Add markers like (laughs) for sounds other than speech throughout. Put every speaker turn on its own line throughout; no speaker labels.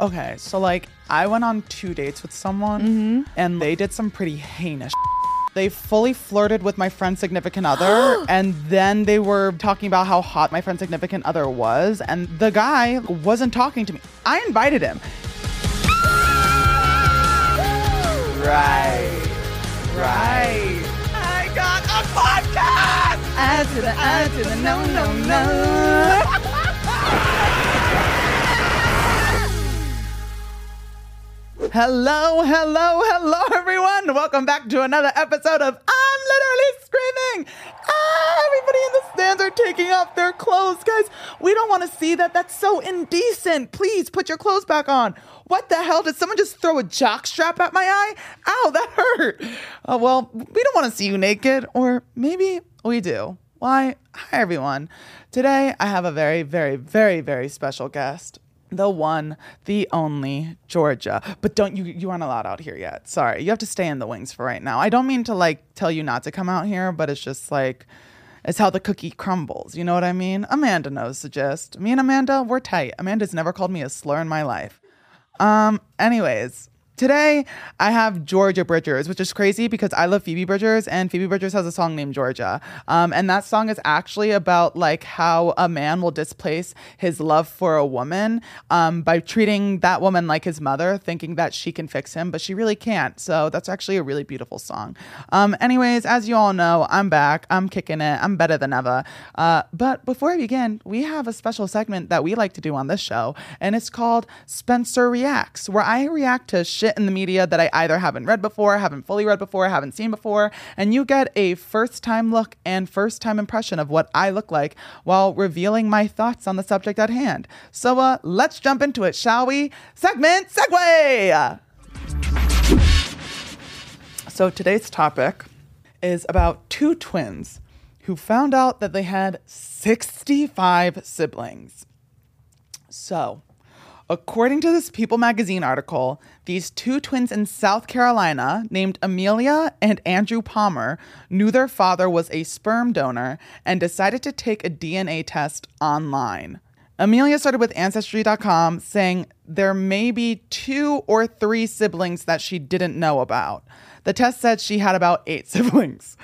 Okay, so like I went on two dates with someone and they did some pretty heinous. They fully flirted with my friend's significant (gasps) other and then they were talking about how hot my friend's significant other was and the guy wasn't talking to me. I invited him. Right. Right. I got a podcast.
Add to the add to the no no no.
Hello, hello, hello everyone. Welcome back to another episode of I'm literally screaming. Ah, everybody in the stands are taking off their clothes, guys. We don't want to see that. That's so indecent. Please put your clothes back on. What the hell? Did someone just throw a jock strap at my eye? Ow, that hurt. Oh, well, we don't want to see you naked, or maybe we do. Why? Hi, everyone. Today, I have a very, very, very, very special guest. The one, the only Georgia. But don't you, you aren't allowed out here yet. Sorry. You have to stay in the wings for right now. I don't mean to like tell you not to come out here, but it's just like, it's how the cookie crumbles. You know what I mean? Amanda knows the gist. Me and Amanda, we're tight. Amanda's never called me a slur in my life. Um, anyways, today I have Georgia Bridgers, which is crazy because I love Phoebe Bridgers and Phoebe Bridgers has a song named Georgia. Um, and that song is actually about like how a man will displace his love for a woman um, by treating that woman like his mother, thinking that she can fix him, but she really can't. So that's actually a really beautiful song. Um, anyways, as you all know, I'm back. I'm kicking it. I'm better than ever. Uh, but before I begin, we have a special segment that we like to do on this show, and it's called Spencer Reacts, where I react to shit in the media that I either haven't read before, haven't fully read before, haven't seen before, and you get a first time look and first time impression of what I look like while revealing my thoughts on the subject at hand. So uh, let's jump into it, shall we? Segment segue! So today's topic is about two twins who found out that they had 65 siblings. So, according to this People magazine article, these two twins in South Carolina, named Amelia and Andrew Palmer, knew their father was a sperm donor and decided to take a DNA test online. Amelia started with Ancestry.com saying there may be two or three siblings that she didn't know about. The test said she had about eight (laughs) siblings.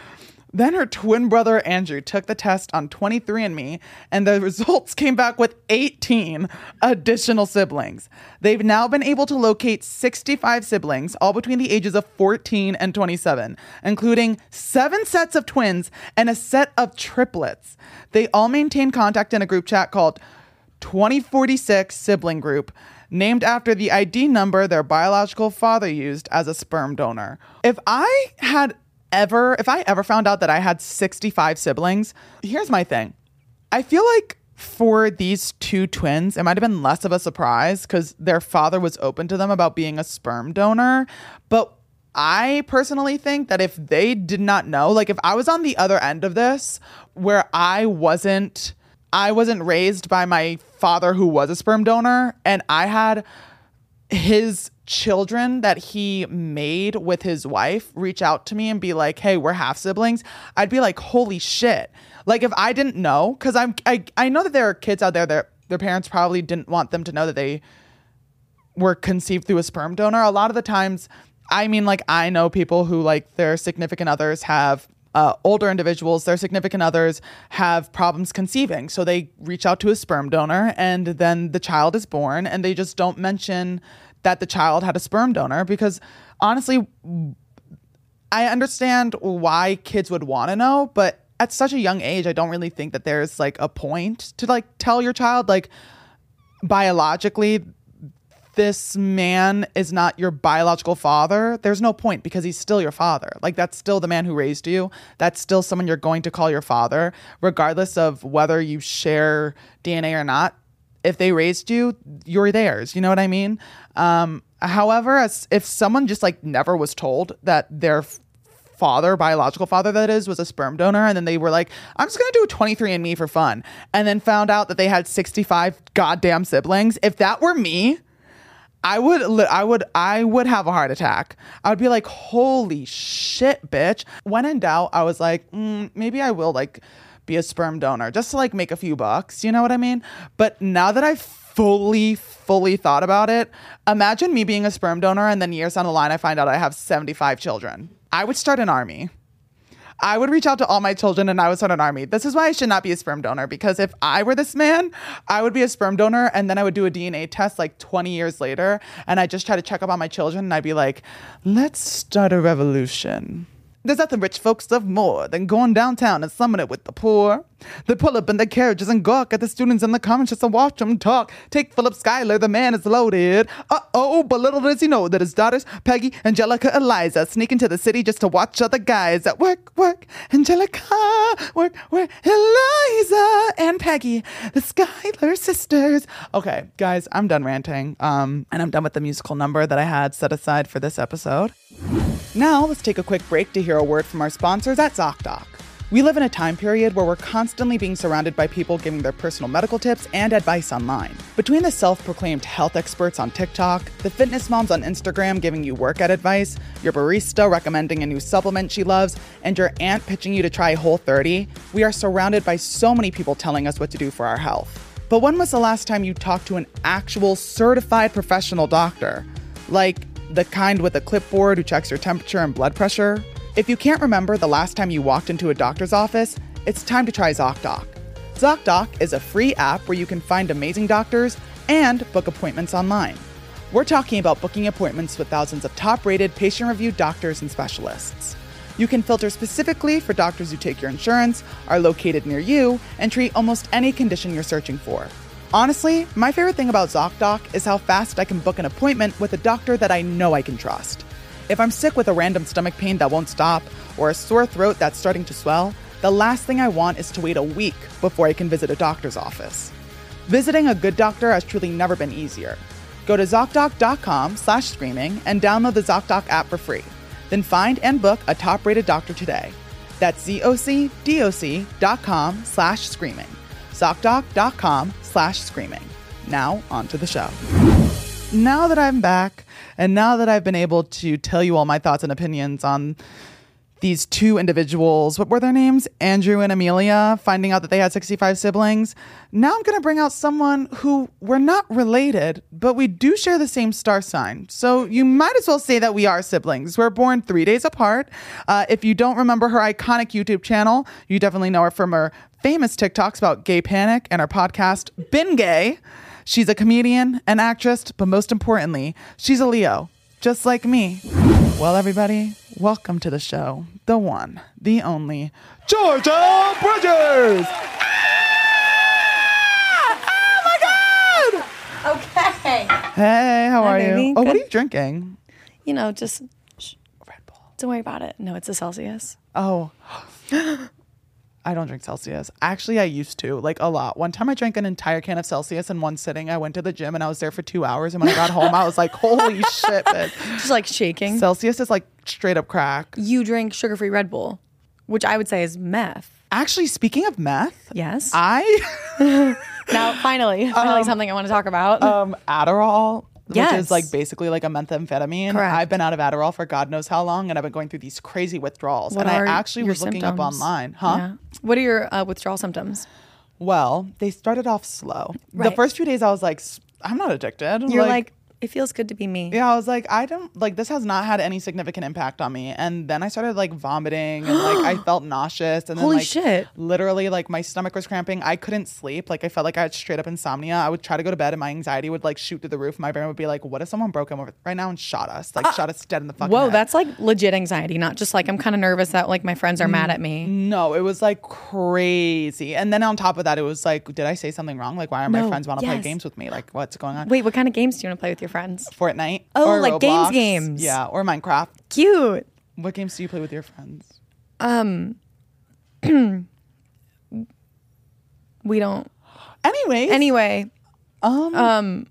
Then her twin brother Andrew took the test on 23andMe, and the (laughs) results came back with 18 additional siblings. They've now been able to locate 65 siblings, all between the ages of 14 and 27, including seven sets of twins and a set of triplets. They all maintain contact in a group chat called 2046 sibling group, named after the ID number their biological father used as a sperm donor. If I had ever, if I ever found out that I had 65 siblings, here's my thing. I feel like for these two twins, it might have been less of a surprise because their father was open to them about being a sperm donor. But I personally think that if they did not know, like if I was on the other end of this where I wasn't. I wasn't raised by my father who was a sperm donor and I had his children that he made with his wife reach out to me and be like, "Hey, we're half siblings." I'd be like, "Holy shit." Like if I didn't know cuz I'm I, I know that there are kids out there that their parents probably didn't want them to know that they were conceived through a sperm donor. A lot of the times, I mean, like I know people who like their significant others have uh, older individuals, their significant others have problems conceiving, so they reach out to a sperm donor, and then the child is born, and they just don't mention that the child had a sperm donor because honestly, I understand why kids would want to know, but at such a young age, I don't really think that there's like a point to like tell your child like biologically this man is not your biological father, there's no point because he's still your father. Like, that's still the man who raised you. That's still someone you're going to call your father, regardless of whether you share DNA or not. If they raised you, you're theirs. You know what I mean? Um, however, as, if someone just like never was told that their f- father, biological father that is, was a sperm donor, and then they were like, I'm just gonna do a 23andMe for fun, and then found out that they had 65 goddamn siblings. If that were me, I would, li- I would, I would have a heart attack. I would be like, "Holy shit, bitch!" When in doubt, I was like, mm, "Maybe I will like be a sperm donor just to like make a few bucks." You know what I mean? But now that I fully, fully thought about it, imagine me being a sperm donor and then years down the line, I find out I have 75 children. I would start an army. I would reach out to all my children and I would start an army. This is why I should not be a sperm donor because if I were this man, I would be a sperm donor and then I would do a DNA test like 20 years later and I just try to check up on my children and I'd be like, let's start a revolution. There's nothing rich folks love more than going downtown and slumming it with the poor. They pull up in their carriages and gawk at the students in the commons just to watch them talk. Take Philip Schuyler, the man is loaded. Uh oh, but little does he know that his daughters, Peggy, Angelica, Eliza, sneak into the city just to watch other guys at work, work, Angelica, work, work, Eliza, and Peggy, the Schuyler sisters. Okay, guys, I'm done ranting. Um, and I'm done with the musical number that I had set aside for this episode. Now, let's take a quick break to hear a word from our sponsors at ZocDoc. We live in a time period where we're constantly being surrounded by people giving their personal medical tips and advice online. Between the self proclaimed health experts on TikTok, the fitness moms on Instagram giving you workout advice, your barista recommending a new supplement she loves, and your aunt pitching you to try Whole 30, we are surrounded by so many people telling us what to do for our health. But when was the last time you talked to an actual certified professional doctor? Like, the kind with a clipboard who checks your temperature and blood pressure. If you can't remember the last time you walked into a doctor's office, it's time to try ZocDoc. ZocDoc is a free app where you can find amazing doctors and book appointments online. We're talking about booking appointments with thousands of top rated, patient reviewed doctors and specialists. You can filter specifically for doctors who take your insurance, are located near you, and treat almost any condition you're searching for. Honestly, my favorite thing about ZocDoc is how fast I can book an appointment with a doctor that I know I can trust. If I'm sick with a random stomach pain that won't stop or a sore throat that's starting to swell, the last thing I want is to wait a week before I can visit a doctor's office. Visiting a good doctor has truly never been easier. Go to ZocDoc.com slash screaming and download the ZocDoc app for free. Then find and book a top-rated doctor today. That's ZocDoc.com slash screaming. ZocDoc.com slash screaming. Now, on to the show. Now that I'm back, and now that I've been able to tell you all my thoughts and opinions on these two individuals, what were their names? Andrew and Amelia, finding out that they had 65 siblings. Now I'm going to bring out someone who we're not related, but we do share the same star sign. So you might as well say that we are siblings. We're born three days apart. Uh, if you don't remember her iconic YouTube channel, you definitely know her from her famous TikToks about gay panic and her podcast, Been Gay. She's a comedian, an actress, but most importantly, she's a Leo, just like me. Well, everybody, welcome to the show. The one, the only, Georgia Bridges! Ah! Oh my God!
Okay.
Hey, how
Hi,
are you?
baby.
Oh, what are
Good.
you drinking?
You know, just shh,
Red Bull.
don't worry about it. No, it's a Celsius.
Oh. (gasps) I don't drink Celsius. Actually, I used to, like a lot. One time I drank an entire can of Celsius in one sitting. I went to the gym and I was there for two hours. And when I got home, I was like, (laughs) holy shit, bitch.
(laughs) Just like shaking.
Celsius is like straight up crack.
you drink sugar-free Red Bull, which I would say is meth.
Actually, speaking of meth,
Yes. (laughs) Um,
I.
now, (laughs) finally, finally, something I want to talk about.
um Adderall, which is
Yes.
like basically like a methamphetamine.
Correct.
I've been out of Adderall for God knows how long, and I've been going through these crazy withdrawals.
What
and
are
I actually
your
was looking up
symptoms?
online, huh?
Yeah. What are your uh, withdrawal symptoms?
Well, they started off slow. The
Right.
first few days, I was like, "S- I'm not addicted.
You're like, it feels good to be me.
yeah, I was like, I don't like this has not had any significant impact on me. And then I started like vomiting and like
(gasps)
I felt nauseous and then
Holy
like
shit.
literally like my stomach was cramping. I couldn't sleep. Like I felt like I had straight up insomnia. I would try to go to bed and my anxiety would like shoot through the roof. My brain would be like, What if someone broke in over- right now and shot us? Like shot us dead in the fucking
Ah. Whoa,
head.
that's like legit anxiety, not just like I'm kind of nervous that like my friends are mad at me.
no, it was like crazy. And then on top of that, it was like, did I say something wrong? Like, why are my
No,
friends want to play
yes.
games with me? Like, what's going on?
Wait, what kind of games do you want to play with your friends?
Fortnite.
Oh,
or
like games
Roblox.
games.
Yeah, or Minecraft.
Cute.
What games do you play with your friends?
We don't.
Anyways,
Anyway,
um,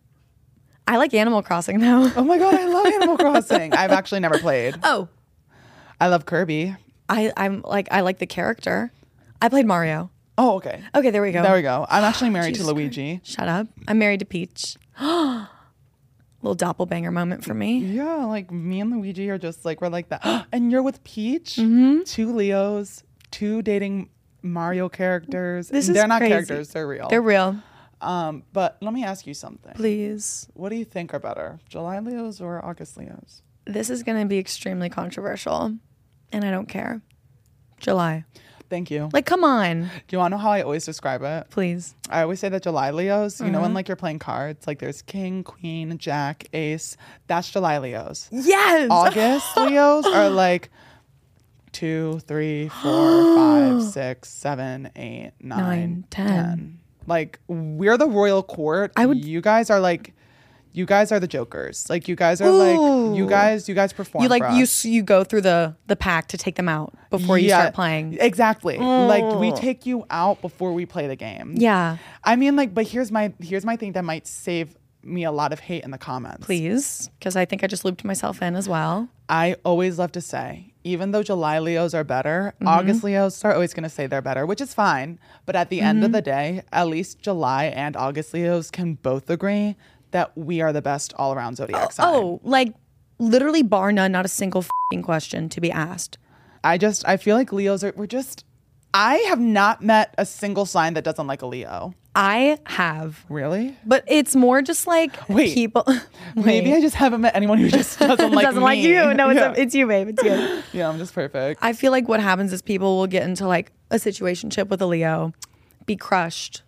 I like Animal Crossing though.
Oh my god, I love Animal Crossing. I've actually never played.
(laughs) Oh,
I love Kirby.
I I'm like I like the character. I played Mario.
Oh, okay.
Okay, there we go.
There we go. I'm actually married to
Jesus
Luigi.
Shut up. I'm married to Peach. (gasps) Little doppelbanger moment for me.
Yeah, like me and Luigi are just like we're like that. (gasps) and you're with Peach, two Leos, two dating Mario characters.
This
And
is
they're not
crazy.
characters, they're real.
They're real.
Um, but let me ask you something.
Please.
What do you think are better, July Leos or August Leos?
This is going to be extremely controversial, and I don't care. July.
Thank you.
Like, come on,
Do you want to know how I always describe it?
please.
I always say that July Leos, you know,
Mm-hmm.
when like you're playing cards, like there's King, Queen, Jack, Ace. That's July
(laughs)
Leos.
Yes.
August Leos are like two, three, four,
(gasps)
five, six, seven, eight, nine,
Nine, ten.
ten. Like we're the royal court. I
would-
You guys are like, you guys are the jokers. Like you guys are like, you
Ooh.
guys, you guys perform.
you like
for
you
us.
s- you go through the the pack to take them out before you
Yeah,
start playing.
Exactly. Like we take you out before we play the game.
Yeah.
I mean, like, but here's my here's my thing that might save me a lot of hate in the comments.
Please, because I think I just looped myself in as well.
I always love to say, even though July Leos are better,
Mm-hmm.
August Leos are always going to say they're better, which is fine. But at the end
Mm-hmm.
of the day, at least July and August Leos can both agree that we are the best all around zodiac sign.
Oh, like literally bar none, not a single fing question to be asked.
I just I feel like Leos are we're just. I have not met a single sign that doesn't like a Leo.
I have,
Really?
but it's more just like
Wait.
people. (laughs)
Maybe I just haven't met anyone who just doesn't (laughs) like
doesn't like
me.
you. No, it's
yeah.
it's you, babe. It's you.
(laughs) yeah, I'm just perfect.
I feel like what happens is people will get into like a situationship with a Leo, be crushed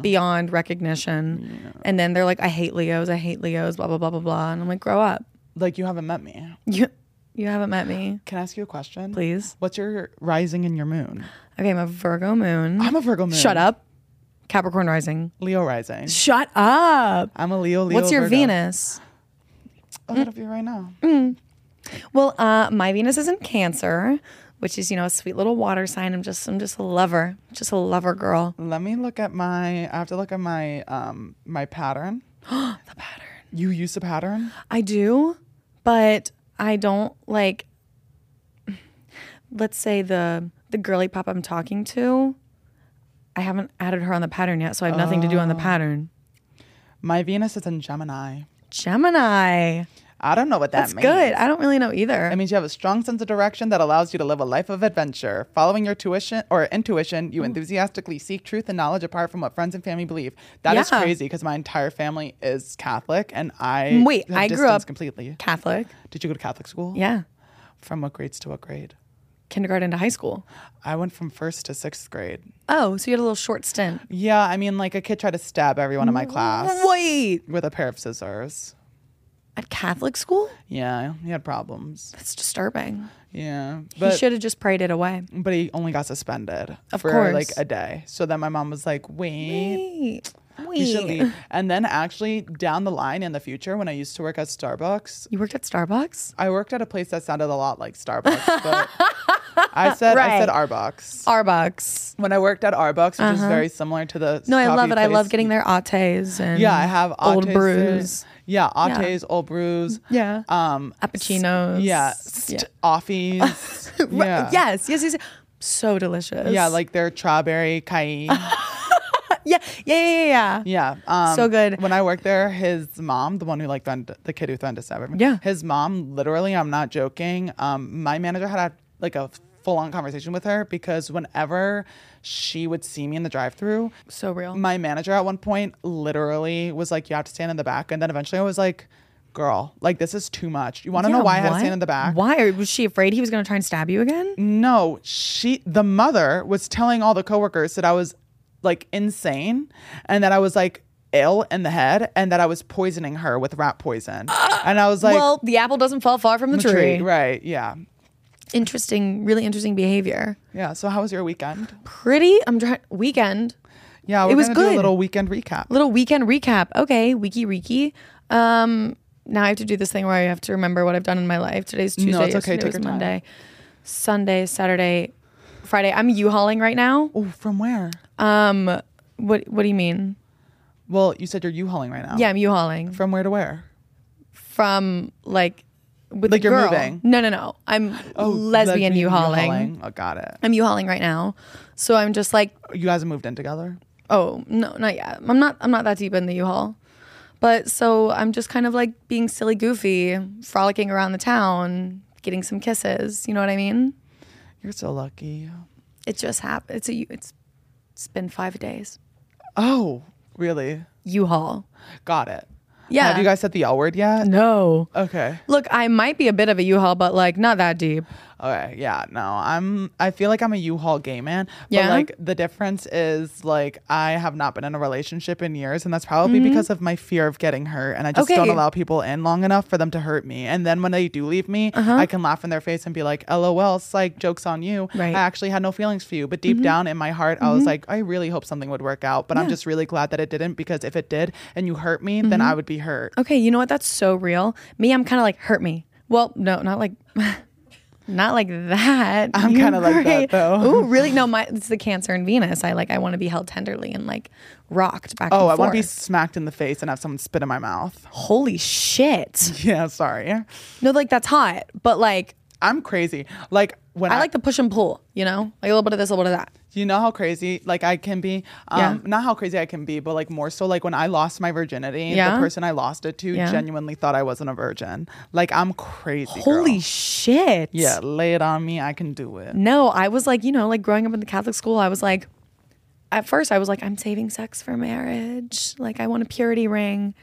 beyond recognition, and then they're like, "I hate Leos. I hate Leos." Blah blah blah blah blah. And I'm like, "Grow up.
like you haven't met me.
You you haven't met me,
Can I ask you a question?
please."
What's your rising in your moon?
Okay, I'm a Virgo moon.
I'm a Virgo moon.
Shut up, Capricorn rising.
Leo rising.
Shut up.
I'm a Leo. Leo
What's your
Virgo.
Venus?
Oh, that'll be right now.
Well, uh, my Venus is in Cancer, which is you know a sweet little water sign. I'm just I'm just a lover, just a lover girl.
Let me look at my. I have to look at my um my
(gasps)
pattern. the pattern. You use the pattern.
I do, but I don't like. Let's say the the girly pop I'm talking to. I haven't added her on the pattern yet, so I have nothing to do
Oh.
on the pattern.
My Venus is in Gemini.
Gemini.
I don't know what that
It's
means.
good. I don't really know either.
It means you have a strong sense of direction that allows you to live a life of adventure. Following your tuition or intuition, you enthusiastically seek truth and knowledge apart from what friends and family believe. That is
Yeah.
crazy because my entire family is Catholic, and I
Wait,
have
I grew
distanced
up-
completely.
Catholic.
Did you go to Catholic school?
Yeah.
From what grades to what grade?
Kindergarten to high school.
I went from first to sixth grade.
Oh, so you had a little short stint.
Yeah, I mean, like a kid tried to stab everyone in my class
Wait.
with a pair of scissors.
At Catholic school?
Yeah, he had problems.
That's disturbing.
Yeah,
he should have just prayed it away.
but he only got suspended
Of
for like
course.
a day. So then my mom was like, "Wait,
Wait.
you should leave." And then actually down the line in the future, when I used to work at Starbucks,
You worked at Starbucks?
I worked at a place that sounded a lot like Starbucks.
(laughs)
But I said I said Arbox.
Starbucks.
When I worked at Arbox, which is very similar to the
Uh-huh. No, I love
coffee
it. I love
place-
getting their lattes and
Yeah, I have
old
lattes there.
brews.
Yeah, lattes, old brews.
Yeah.
Um,
Cappuccinos.
yeah,
Yeah.
st- offies.
(laughs) Right.
yeah.
Yes, yes, yes. yes. So delicious.
Yeah, like their strawberry cayenne.
(laughs) yeah, yeah, yeah, yeah, yeah.
Yeah. Um,
So good.
When I worked there, his mom, the one who like thund- the kid who threatened to stab everyone.
Yeah.
His mom, literally, I'm not joking. Um, my manager had a, like a full on conversation with her because whenever she would see me in the drive through,
So real.
my manager at one point literally was like, "You have to stand in the back," and then eventually I was like. Girl, like this is too much. You want to know
Yeah,
why I had to
what?
stand in the back?
Why Or was she afraid he was going to try and stab you again?
No, she the mother was telling all the coworkers that I was like insane and that I was like ill in the head and that I was poisoning her with rat poison. and I was like
well, the apple doesn't fall far from the, tree.
tree, right, yeah.
Interesting, really interesting behavior.
Yeah, so how was your weekend?
Pretty. I'm trying weekend.
Yeah, we're
It was
gonna do a
good.
little weekend recap.
little weekend recap. Okay, wiki reiki. Um, now I have to do this thing where I have to remember what I've done in my life. Today's Tuesday.
it's okay.
yesterday
Take
was
your time.
Monday, Sunday, Saturday, Friday. I'm U-hauling right now.
Oh, from where?
Um, what what do you mean?
Well, you said you're U-hauling right now.
Yeah, I'm U-hauling
From where to where?
from like with
Like
a
you're
girl.
moving.
No, no, no. I'm lesbian, U-hauling.
Oh, got it.
I'm U-hauling right now, so I'm just like,
You guys have moved in together?
oh no, not yet. I'm not. I'm not that deep in the U-haul. But so I'm just kind of like being silly, goofy, frolicking around the town, getting some kisses. You know what I mean?
You're so lucky.
It just happened. It's a. It's. It's been five days.
Oh, Really?
U-Haul.
Got it.
Yeah.
Have you guys said the L word yet?
No.
Okay.
Look, I might be a bit of a U-Haul, but like not that deep.
Okay. Yeah. No, I'm, I feel like I'm a U-Haul gay man. But
Yeah?
like the difference is like I have not been in a relationship in years. And that's probably because of my fear of getting hurt. And I just don't
Mm-hmm. Okay.
allow people in long enough for them to hurt me. And then when they do leave me,
Uh-huh.
I can laugh in their face and be like, LOL, like joke's on you.
Right. Mm-hmm.
I actually had no feelings for you. But deep down in my heart, I was like, I really hope something would work out. But I'm just really glad that it didn't because if it did and you hurt me, then I would be hurt.
Mm-hmm. Okay, you know what? That's so real. Me, I'm kind of like hurt me. Well, no, not like, (laughs) not like that.
I'm
You're
kinda like that,
great.
though. (laughs)
Ooh, really? No, my it's the Cancer in Venus. I like I want to be held tenderly and like rocked back.
Oh,
and
I want to be
forth.
smacked in the face and have someone spit in my mouth. (laughs)
Holy shit!
Yeah, sorry.
(laughs) No, like that's hot, but like
I'm crazy. Like when I,
I like the push and pull. You know, like a little bit of this, a little bit of that.
you know how crazy like I can be. Um
Yeah.
not how crazy I can be, but like more so like when I lost my virginity,
Yeah.
the person I lost it to
Yeah.
genuinely thought I wasn't a virgin. Like I'm crazy.
Holy
girl.
shit!
Yeah, lay it on me, I can do it.
No, I was like, you know, like growing up in the Catholic school, I was like, at first, I was like, I'm saving sex for marriage. Like, I want a purity ring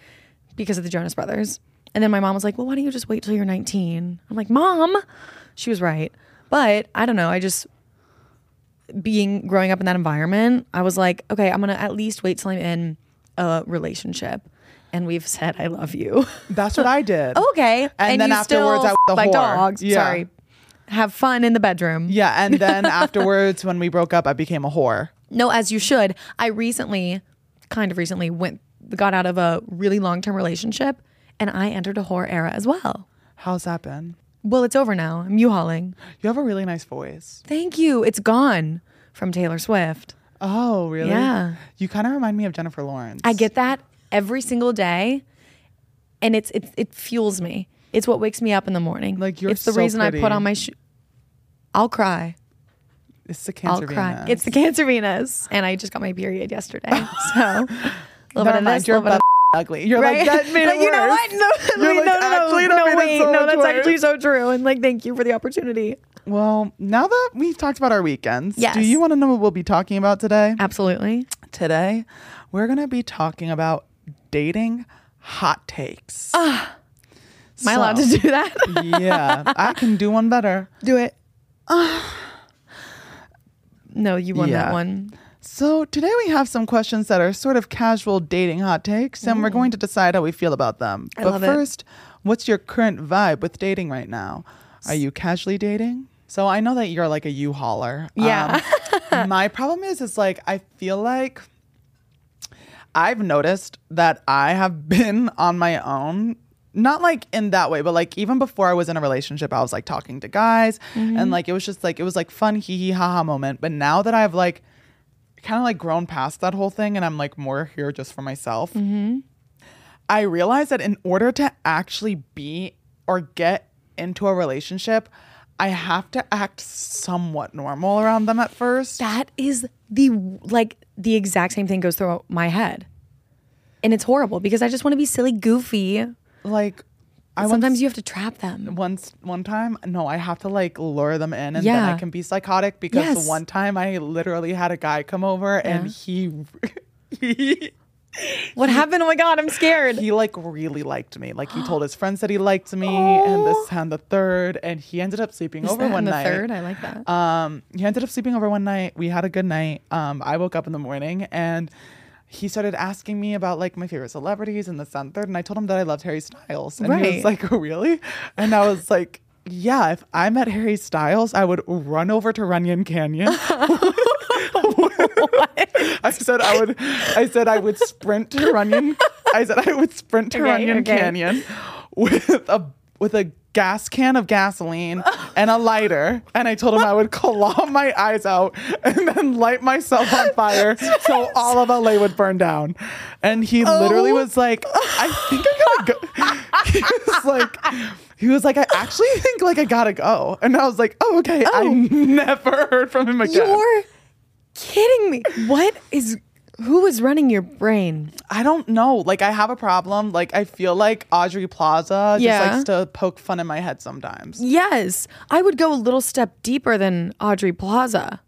because of the Jonas Brothers. And then my mom was like, well, why don't you just wait till you're 19? I'm like, mom, she was right. But I don't know. I just, being growing up in that environment, I was like, okay, I'm going to at least wait till I'm in a relationship. And we've said, I love you.
That's what I
(laughs)
did.
okay. And,
then
you
afterwards
still
I was a
like
whore.
dogs.
Yeah.
Sorry. Have fun in the bedroom.
Yeah,
(laughs)
and then afterwards when we broke up, I became a whore.
No, as you should. I recently, kind of recently, went got out of a really long term relationship, and I entered a horror era as well.
How's that been?
Well, it's over now. I'm U-hauling.
You have a really nice voice.
Thank you. It's gone from Taylor Swift.
Oh, really?
Yeah.
You kind of remind me of Jennifer Lawrence.
I get that every single day, and it's it it fuels me. It's what wakes me up in the morning.
Like, you're
it's the
so
reason I put
pretty.
on my shoe. I'll cry.
it's the
I'll
cancer.
cry.
Venus.
It's the Cancer Venus, and I just got my period yesterday.
(laughs)
So, a little
Never
bit of
mind,
this,
you're
little bit of
butt ugly. You're
right?
like that
(laughs)
made
Like,
it
you know
worse.
what? No,
You're like,
wait, no, no,
actually, that made
no, no,
it
wait,
so
no,
much
that's
worse.
actually so true. And like, thank you for the opportunity.
Well, now that we've talked about our weekends,
Yes. Uh,
do you want to know what we'll be talking about today?
Absolutely.
Today, we're going to be talking about dating hot takes.
Am I allowed to do that?
yeah, I can do one better.
(laughs) do it. (sighs) no, you won
Yeah.
that one.
So, today we have some questions that are sort of casual dating hot takes, and we're going to decide how we feel about them.
Mm. I
but
love it.
first, what's your current vibe with dating right now? Are you casually dating? So, I know that you're like a U hauler.
Yeah. (laughs)
Um, my problem is, is like, I feel like I've noticed that I have (laughs) been on my own. Not like in that way, but like even before I was in a relationship, I was like talking to guys
Mm-hmm.
and like it was just like it was like fun hee hee ha ha moment. But now that I've like kind of like grown past that whole thing and I'm like more here just for myself,
Mm-hmm.
I realized that in order to actually be or get into a relationship, I have to act somewhat normal around them at first.
That is the like the exact same thing goes through my head, and it's horrible because I just want to be silly, goofy.
Like, I once
Sometimes you have to trap them.
once one time no i have to like lure them in and then
Yeah.
i can be psychotic because
Yes.
the one time i literally had a guy come over and he (laughs) he
What happened? Oh my god, I'm scared.
he like really liked me like he
(gasps)
told his friends that he liked me and this and the third and he ended up sleeping (laughs)
Is
over
that
one
in the
night
third, I like that.
um, he ended up sleeping over one night. We had a good night. Um, I woke up in the morning and he started asking me about like my favorite celebrities and this and the third. And I told him that I loved Harry Styles. And he
Right.
was like, (laughs) Really? And I was like, Yeah, if I met Harry Styles, I would run over to Runyon Canyon. (laughs) I said I would I said I would sprint to Runyon. I said I would sprint to
Okay,
Runyon
okay.
Canyon with a with a gas can of gasoline and a lighter. And I told him I would claw (laughs) my eyes out and then light myself on fire so all of LA would burn down. And he
Oh.
literally was like, I think I gotta go. (laughs) He was like he was like, I actually think like I gotta go. And I was like, oh okay. I never heard from him again.
You're kidding me. What is who is running your brain?
I don't know. Like I have a problem. Like I feel like Audrey Plaza
Yeah.
just likes to poke fun in my head sometimes.
Yes, I would go a little step deeper than Audrey Plaza.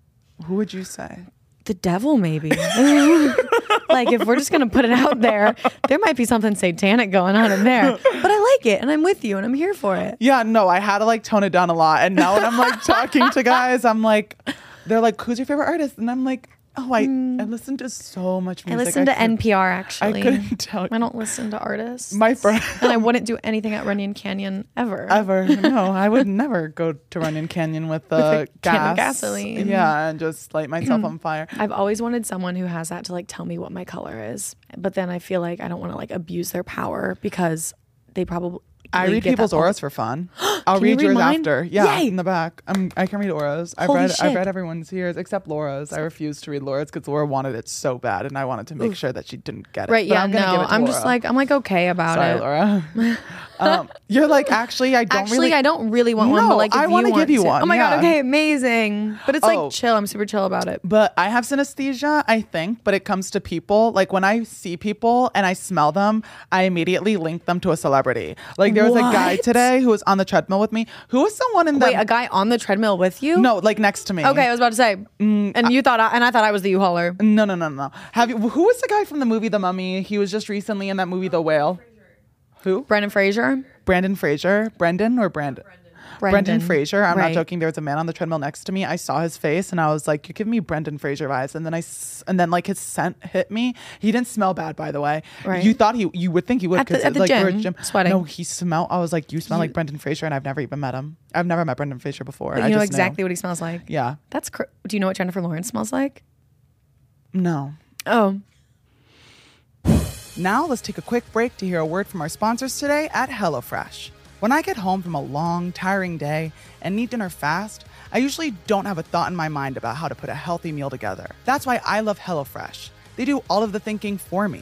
Who would you say?
The devil, maybe. (laughs) like if we're just gonna put it out there, there might be something satanic going on in there. But I like it, and I'm with you, and I'm here for it.
Yeah, no, I had to like tone it down a lot. And now when I'm like talking to guys, I'm like, they're like, who's your favorite artist? And I'm like, oh, I, I listen to so much
Mm. I
music.
listen to
couldn't-
NPR actually.
I couldn't tell
I don't listen to artists.
my friend (laughs)
and I wouldn't do anything at Runyon Canyon ever.
ever. No, I would never go to Runyon Canyon with uh,
a can
gas.
of gasoline.
Yeah, and just light myself on
(clears throat)
fire.
I've always wanted someone who has that to like tell me what my color is, but then I feel like I don't want to like abuse their power because they probably.
I read
get that
people's
all-
auras for
(gasps)
fun. I'll
Can you
read, yours
read mine?
after. Yeah,
Yay!
in the back. I'm, I can read auras. I've
Holy
read
shit.
I've read everyone's yours except Laura's. I refused to read Laura's because Laura wanted it so bad, and I wanted to make sure that she didn't get it.
Right?
But
Yeah.
I'm gonna give
no,
it to
I'm just
Laura.
like I'm like okay about
sorry,
it. (laughs)
Laura. um, you're like actually I don't
Actually,
really.
I don't really want one.
No,
but like, if
I wanna
want to
give you one,
Oh my
yeah.
god! Okay, amazing. But it's
Oh.
like chill. I'm super chill about it.
But I have synesthesia, I think, but it comes to people. Like when I see people and I smell them, I immediately link them to a celebrity. Like there was a guy
What?
today who was on the treadmill with me. Who was someone in the
Wait, a guy on the treadmill with you?
No, Mm, like next to me.
Okay, I was about to say, and you thought, I, and I thought I was the U-hauler.
No, no, no, no. Have you who was the guy from the movie The Mummy? He was just recently in that movie The Whale. Who?
Brendan Fraser.
Brandon Fraser, Brendan or Brandon? Brendan,
Brendan.
Fraser. I'm
Right.
not joking. There was a man on the treadmill next to me. I saw his face and I was like, "You give me Brendan Fraser vibes." And then I s- and then like his scent hit me. He didn't smell bad, by the way.
Right.
You thought he you would think he would
At the-
because
at the
like you were
gym,
at gym.
sweating.
No, he smelled. I was like, "You smell like Brendan Fraser," and I've never even met him. I've never met Brendan Fraser before.
But
I
you know
just knew.
exactly what he smells like.
Yeah.
That's. Cr- Do you know what Jennifer Lawrence smells like?
No.
Oh,
Now, let's take a quick break to hear a word from our sponsors today at HelloFresh. When I get home from a long, tiring day and need dinner fast, I usually don't have a thought in my mind about how to put a healthy meal together. That's why I love HelloFresh. They do all of the thinking for me.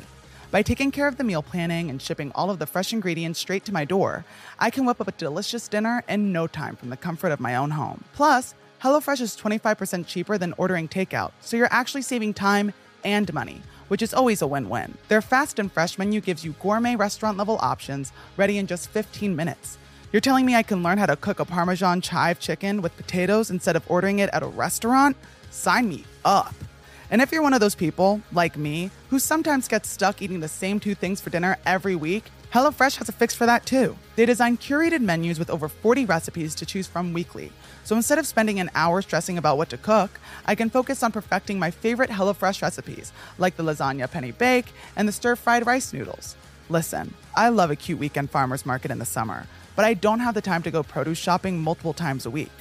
By taking care of the meal planning and shipping all of the fresh ingredients straight to my door, I can whip up a delicious dinner in no time from the comfort of my own home. Plus, HelloFresh is 25% cheaper than ordering takeout, so you're actually saving time and money, which is always a win win. Their fast and fresh menu gives you gourmet restaurant level options ready in just 15 minutes. You're telling me I can learn how to cook a Parmesan chive chicken with potatoes instead of ordering it at a restaurant? Sign me up. And if you're one of those people, like me, who sometimes gets stuck eating the same two things for dinner every week, HelloFresh has a fix for that too. They design curated menus with over 40 recipes to choose from weekly. So instead of spending an hour stressing about what to cook, I can focus on perfecting my favorite HelloFresh recipes, like the lasagna penny bake and the stir fried rice noodles. Listen, I love a cute weekend farmer's market in the summer, but I don't have the time to go produce shopping multiple times a week.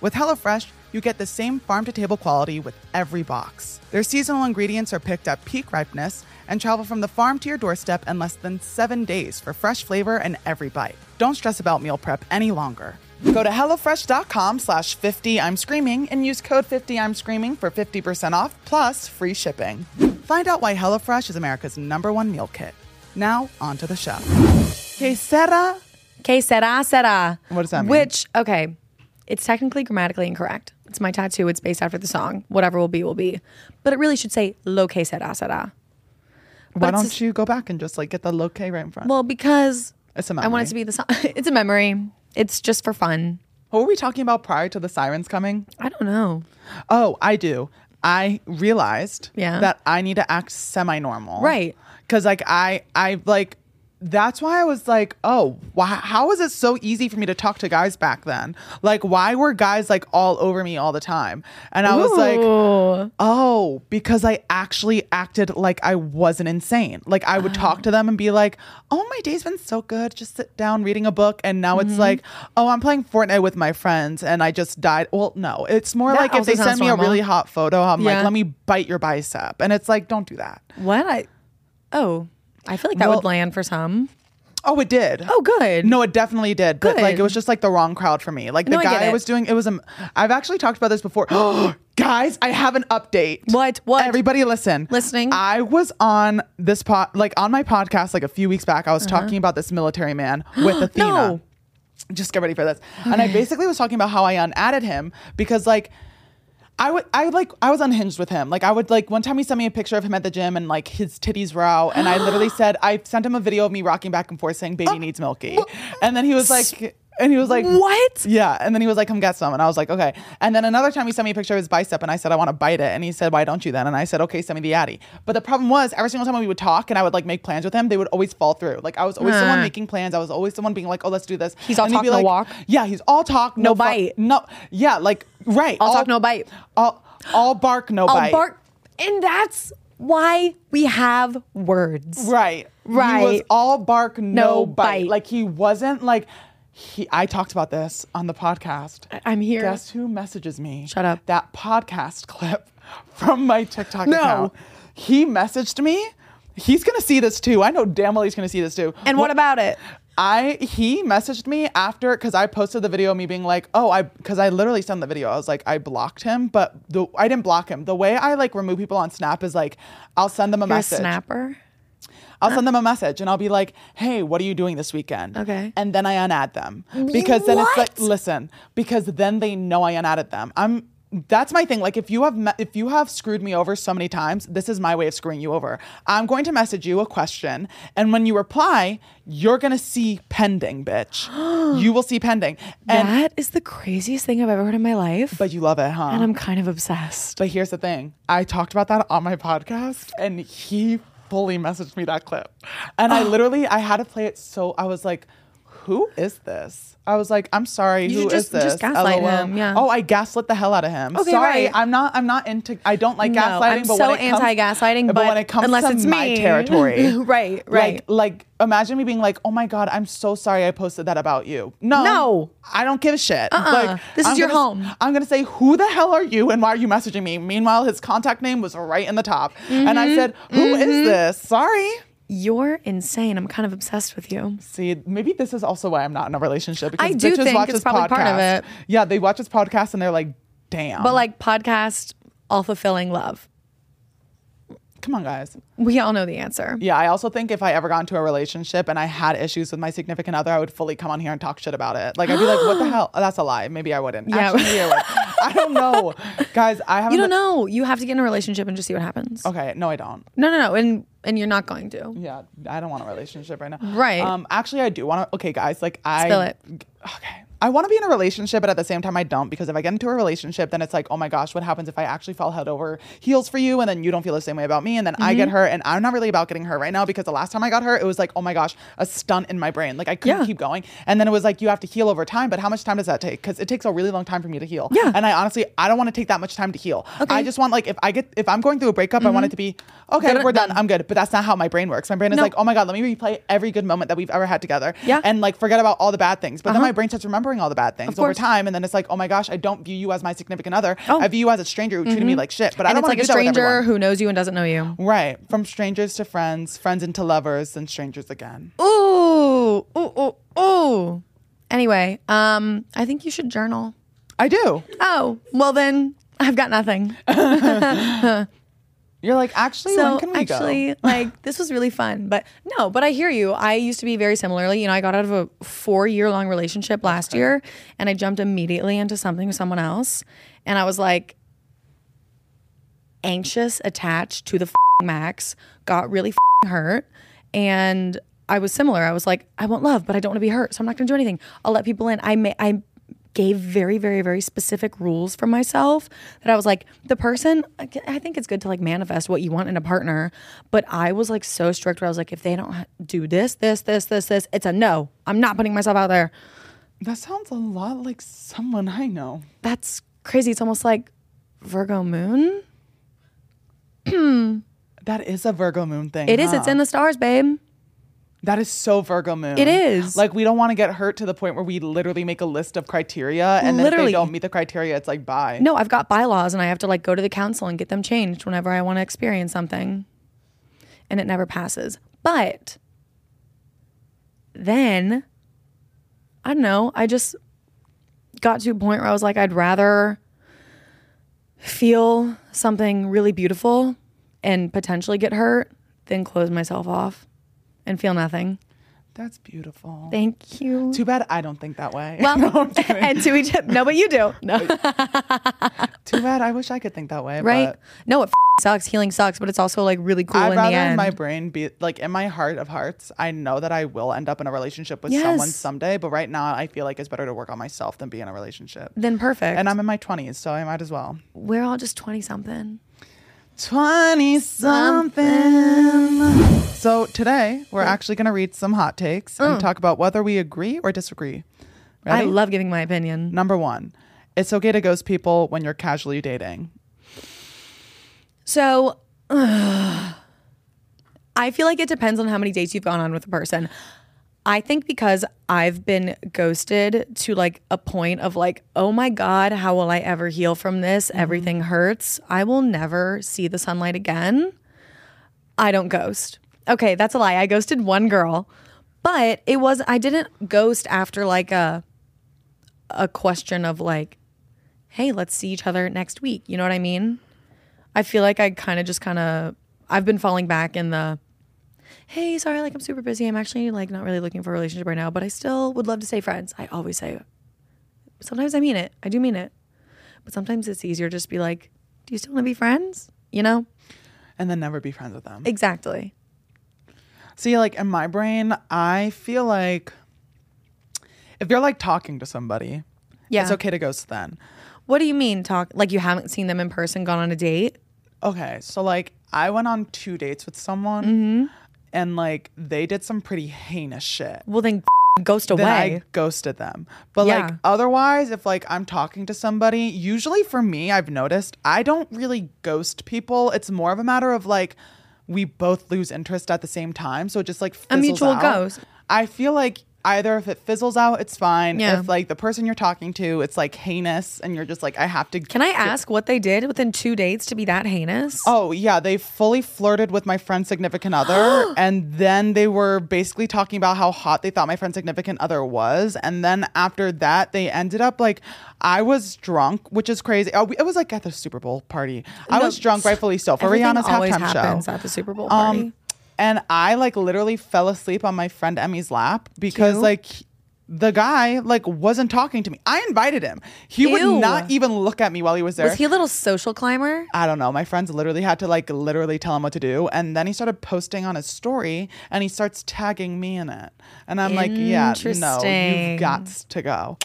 With HelloFresh, you get the same farm to table quality with every box. Their seasonal ingredients are picked at peak ripeness and travel from the farm to your doorstep in less than seven days for fresh flavor in every bite. Don't stress about meal prep any longer. Go to HelloFresh.com slash 50 I'm Screaming and use code 50 I'm Screaming for 50% off plus free shipping. Find out why HelloFresh is America's number one meal kit. Now, onto the show. Que será?
que será será.
What does that mean?
Which okay, it's technically grammatically incorrect. It's my tattoo. It's based after the song. Whatever will be will be. But it really should say lo que será será.
Why
it's
don't
just-
you go back and just like get the loque right in front?
Well, because
It's a
I want
memory.
it to be the song. (laughs) it's a memory. It's just for fun.
What were we talking about prior to the sirens coming?
I don't know.
Oh, I do. I realized
Yeah.
that I need to act semi-normal.
Right.
Cuz like I I like that's why I was like, "Oh, why how is it so easy for me to talk to guys back then? Like why were guys like all over me all the time?" And I was like,
Ooh.
Oh, because I actually acted like I wasn't insane. Like I would
Ah.
talk to them and be like, "Oh, my day's been so good. Just sit down reading a book." And now
Mm-hmm.
it's like, "Oh, I'm playing Fortnite with my friends and I just died." Well, no. It's more
That
like if
also
they send
sounds
me
normal.
a really hot photo, I'm
Yeah.
like, "Let me bite your bicep." And it's like, "Don't do that."
what I oh, I feel like that
Well-
would land for some.
Oh, it did.
Oh, good.
No, it definitely did. But like
Good.
it was just like the wrong crowd for me. Like the
No, I get
guy
it.
was doing it was a I've actually talked about this before. (gasps) Guys, I have an update.
What? What?
Everybody listen.
Listening.
I was on this pot like on my podcast like a few weeks back. I was talking about this military man (gasps)
(gasps)
with Athena
Uh-huh. No.
just get ready for this. And I basically was talking about how I unadded him because like I would I would like I was unhinged with him. Like I would like one time he sent me a picture of him at the gym and like his titties were out and I literally said I sent him a video of me rocking back and forth saying baby needs milky. And then he was like And he was like,
What?
Yeah. And then he was like, come get some. And I was like, okay. And then another time he sent me a picture of his bicep and I said, I want to bite it. And he said, why don't you then? And I said, okay, send me the Addy. But the problem was every single time we would talk and I would like make plans with him, they would always fall through. Like I was always someone
Ah.
making plans. I was always someone being like, oh, let's do this.
He's all
And he'd
talk,
be
no
like-
walk.
Yeah. He's all talk, no,
No
fuck-
bite.
No. Yeah. Like, right.
All talk, no bite.
All, all bark, no
I'll
bite.
bark. And that's why we have words.
Right. He was
Right.
all bark, no,
No
bite.
bite.
Like he wasn't like he I talked about this on the podcast.
I- I'm here.
Guess who messages me?
Shut up.
That podcast (laughs) clip from my TikTok
No.
account. He messaged me. He's gonna see this too. I know damn well he's gonna see this too.
And what about it?
I he messaged me after because I posted the video of me being like, oh, I because I literally sent the video. I was like, I blocked him, but the I didn't block him. The way I like remove people on Snap is like, I'll send them a
You're a
message.
snapper.
I'll send them a message and I'll be like, "Hey, what are you doing this weekend?"
Okay.
And then I unadd them because then it's like,
What?
listen, because then they know I unadded them. I'm that's my thing. Like if you have me- if you have screwed me over so many times, this is my way of screwing you over. I'm going to message you a question, and when you reply, you're gonna see pending, bitch. (gasps) you will see pending, and
that is the craziest thing I've ever heard in my life.
but you love it, huh?
and I'm kind of obsessed.
But here's the thing. I talked about that on my podcast and he fully messaged me that clip. And
Oh.
I literally I had to play it so I was like, who is this? I was like, I'm sorry,
You
who
should
is
just-
this?
just gaslight
LOL.
him, yeah.
Oh, I gaslit the hell out of him.
Okay,
sorry.
right.
I'm not I'm not into I don't like
No,
gaslighting,
I'm
but
so
when it comes-
anti-gaslighting,
but,
but
when it comes
unless
to
it's
my
me. (laughs)
territory.
Right,
Like
right.
like imagine me being like, "Oh my god, I'm so sorry I posted that about you." No.
No.
I don't give a shit.
Uh-uh. This is your
gonna-
home.
I'm gonna say, who the hell are you and why are you messaging me? Meanwhile, his contact name was right in the top. And
Mm-hmm.
I said, "Who is this? Sorry.
You're insane. I'm kind of obsessed with you.
See, maybe this is also why I'm not in a relationship because
I do
bitches
think
watch
it's
this
probably part of
podcast.
it.
Yeah, they watch this podcast and they're like, damn.
But like podcast, all fulfilling love.
come on, guys.
We all know the answer.
Yeah, I also think if I ever got into a relationship and I had issues with my significant other, I would fully come on here and talk shit about it. Like I'd be like, what
(gasps)
the hell? Oh, that's a lie. Maybe I wouldn't.
Yeah.
Actually, maybe I, would. I don't know,
(laughs)
guys. I haven't.
You don't know. Oh. You have to get in a relationship and just see what happens.
Okay, no, I don't.
No, no, no. And and you're not going to.
Yeah, I don't want a relationship right now.
Right.
Um. Actually, I do want to. Okay, guys. Like I.
Spill it.
Okay. I want to be in a relationship, but at the same time, I don't because if I get into a relationship, then it's like, oh my gosh, what happens if I actually fall head over heels for you, and then you don't feel the same way about me, and then I get
Mm-hmm.
hurt, and I'm not really about getting hurt right now because the last time I got hurt, it was like, oh my gosh, a stunt in my brain, like I couldn't
Yeah.
keep going, and then it was like, you have to heal over time, but how much time does that take? Because it takes a really long time for me to heal.
Yeah.
And I honestly, I don't want to take that much time to heal. I just want like if I get if I'm going through a breakup, I
Mm-hmm.
want it to be okay,
Done it,
we're done,
done.
I'm good. But that's not how my brain works. My brain is
No.
like, oh my god, let me replay every good moment that we've ever had together.
Yeah. Uh-huh.
And like forget about all the bad things. But then my brain starts remembering all the bad things over
course.
time, and then it's like, oh my gosh, I don't view you as my significant other.
Oh. Mm-hmm.
I view you as a stranger who treated me like shit. But I
And
don't
it's
want
like
to do
a
that with
stranger
everyone.
who knows you and doesn't know you.
Right, from strangers to friends, friends into lovers, and strangers again.
Ooh, ooh, ooh, ooh. Anyway, um, I think you should journal.
I do.
Oh, well then I've got nothing.
You're like, actually,
So
when can we go?
actually, like this was really fun. But no, but I hear you. I used to be very similarly. You know, I got out of a four year long relationship last year and I jumped immediately into something with someone else. And I was like anxious, attached to the fing max, got really fing hurt. And I was similar. I was like, I want love, but I don't want to be hurt. So I'm not going to do anything. I'll let people in. I may, I gave very, very, very specific rules for myself that I was like, the person, I g- I think it's good to like manifest what you want in a partner. But I was like so strict where I was like, if they don't ha- do this, this, this, this, this, it's a no. I'm not putting myself out there.
That sounds a lot like someone I know.
That's crazy. It's almost like Virgo moon.
That is a Virgo moon thing.
It is. It's in the stars, babe.
That is so Virgo moon.
It is.
Like we don't want to get hurt to the point where we literally make a list of criteria and then if they
Literally.
don't meet the criteria, it's like bye.
No, I've got bylaws and I have to like go to the council and get them changed whenever I want to experience something. And it never passes. But then I don't know, I just got to a point where I was like I'd rather feel something really beautiful and potentially get hurt than close myself off and feel nothing.
That's beautiful.
Thank you.
Too bad I don't think that way.
well,
(laughs) No, I'm kidding.
(laughs) and to each no, but you do. No,
Too bad I wish I could think that way.
right?
But
No, it f- sucks. Healing sucks, but it's also like really cool
I'd
in the
rather
end.
my brain be like in my heart of hearts. I know that I will end up in a relationship with someone
Yes.
someday, but right now I feel like it's better to work on myself than be in a relationship.
then perfect.
And I'm in my 20s, so I might as well.
we're all just twenty something.
20 something. So today we're actually going to read some hot takes and talk about whether we agree or disagree.
I
Ready?
love giving my opinion.
Number one, it's okay to ghost people when you're casually dating.
So. (sighs) ugh, I feel like it depends on how many dates you've gone on with a person. I think because I've been ghosted to like a point of like, oh my God, how will I ever heal from this? Everything hurts. I will never see the sunlight again. I don't ghost. Okay, that's a lie. I ghosted one girl, but it was, I didn't ghost after like a, a question of like, hey, let's see each other next week. You know what I mean? I feel like I kind of just kind of, I've been falling back in the, hey, sorry, like I'm super busy. I'm actually like not really looking for a relationship right now, but I still would love to stay friends. I always say it. Sometimes I mean it. I do mean it. But sometimes it's easier just to be like, do you still want to be friends? You know?
And then never be friends with them.
Exactly.
See, like in my brain, I feel like if you're like talking to somebody,
Yeah.
it's okay to ghost then.
What do you mean talk like you haven't seen them in person, gone on a date?
Okay, so like I went on two dates with someone and like they did some pretty heinous shit.
Well then (laughs) ghost away.
Then I ghosted them. But like
Yeah.
otherwise, if like I'm talking to somebody, usually for me, I've noticed I don't really ghost people. It's more of a matter of like we both lose interest at the same time. So it just like
A
fizzles
mutual
out.
ghost.
I feel like either if it fizzles out, it's fine.
Yeah.
If like the person you're talking to, it's like heinous and you're just like, I have to
Can I ask what they did within two dates to be that heinous?
Oh yeah, they fully flirted with my friend's significant
(gasps)
other, and then they were basically talking about how hot they thought my friend's significant other was, and then after that, they ended up like I was drunk, which is crazy. Oh, we- it was like at the Super Bowl party. I
No,
was drunk, rightfully so, for
Everything
Rihanna's
always
halftime
happens
show.
at the Super Bowl party.
Um, and I like literally fell asleep on my friend Emmy's lap because
Cute.
like. The guy like wasn't talking to me. I invited him. He
Ew.
would not even look at me while he was there.
Was he a little social climber?
I don't know. My friends literally had to like literally tell him what to do. And then he started posting on his story and he starts tagging me in it. And I'm like, yeah, no,
Interesting.
you've got to go.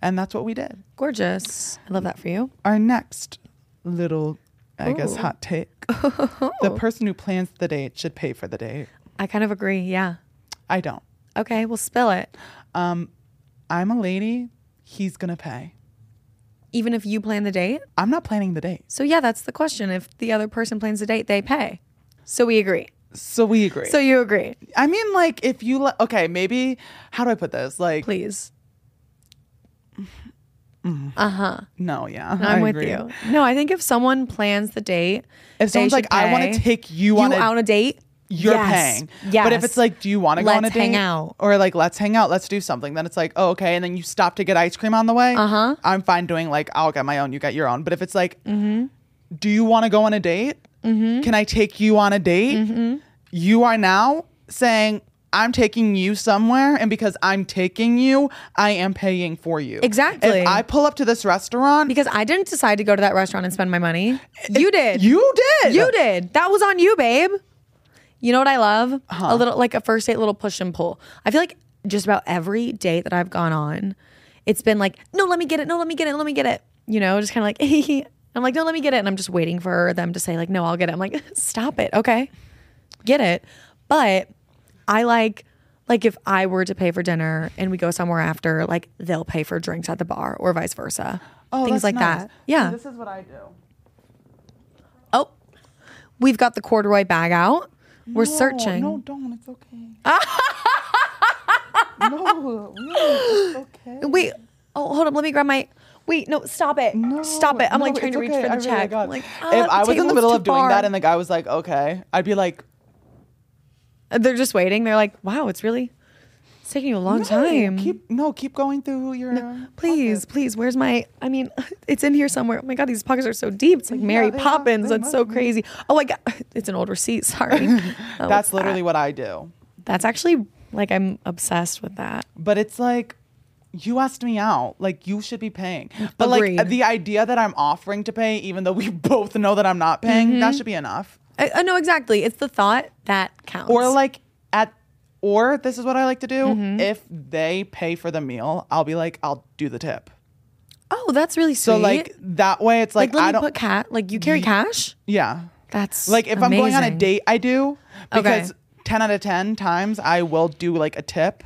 And that's what we did.
Gorgeous. I love that for you.
Our next little, I guess,
Ooh.
hot take
(laughs)
the person who plans the date should pay for the date.
I kind of agree. Yeah.
I don't.
Okay, we'll spill it.
Um, I'm a lady. He's going to pay.
Even if you plan the date.
I'm not planning the date.
So, yeah, that's the question. If the other person plans the date, they pay. So, we agree.
So we agree.
So, you agree.
I mean, like, if you, le- okay, maybe, how do I put this? Like,
Please. Uh huh.
no, yeah.
No, I'm
I
with
agree.
you. No, I think if someone plans the date,
If someone's
they should
like, I want
pay.
to take you,
you
on a,
out on a date,
you're
Yes.
paying.
Yes.
But if it's like, do you want to go on a
Let's
date?
hang out.
Or like, let's hang out, let's do something. Then it's like, oh, okay. And then you stop to get ice cream on the way. Uh
Uh-huh.
huh. I'm fine doing like, I'll get my own, you get your own. But if it's like,
Mm-hmm.
do you want to go on a date? Can I take you on a date?
Mm-hmm.
You are now saying, I'm taking you somewhere, and because I'm taking you, I am paying for you.
Exactly.
If I pull up to this restaurant,
because I didn't decide to go to that restaurant and spend my money, you did.
you did.
You did. That was on you, babe. You know what I love? A little like a first date little push and pull. I feel like just about every date that I've gone on, it's been like, no, let me get it. No, let me get it. Let me get it. You know, just kind of like (laughs) I'm like, no, let me get it. And I'm just waiting for them to say like, no, I'll get it. I'm like, (laughs) stop it. Okay. Get it. But I like like if I were to pay for dinner and we go somewhere after, like they'll pay for drinks at the bar or vice versa.
Oh,
Things
that's
like
nice.
that. Yeah.
See, This is what I do.
Oh, we've got the corduroy bag out. We're
No,
searching.
No, don't. It's okay.
(laughs)
no, really, it's okay.
Wait. Oh, hold up. Let me grab my. Wait. No. Stop it.
No,
stop it. I'm like
no,
trying to
it's
reach
okay.
for the
I really
check.
got
I'm
it.
like, "Ah,
if I was in the middle of doing that and the guy was like, "Okay," I'd be like,
and they're just waiting, they're like, "Wow, it's really it's taking you a long
no,
time."
Keep no, keep going through your.
please,
pockets."
please. Where's my? I mean, (laughs) it's in here somewhere. Oh my god, these pockets are so deep. It's like Mary
they are.
Poppins.
They
That's
must
so
be.
crazy. (laughs) Oh my god, it's an old receipt. (laughs) Sorry. Oh,
(laughs) That's
it's that.
literally what I do.
That's actually Like I'm obsessed with that.
But it's like you asked me out. Like you should be paying. But like
Agreed.
the idea that I'm offering to pay, even though we (laughs) both know that I'm not paying, that
Mm-hmm.
should be enough.
I, I know Uh, exactly. It's the thought that counts.
Or like at or this is what I like to do.
Mm-hmm.
If they pay for the meal, I'll be like, I'll do the tip.
oh, that's really sweet.
So like that way it's like,
like let
I
me
don't
put cat. Like you carry cash.
Yeah.
That's
Like if I'm going on a
amazing.
date, I do
Okay.
because 10 out of 10 times I will do like a tip.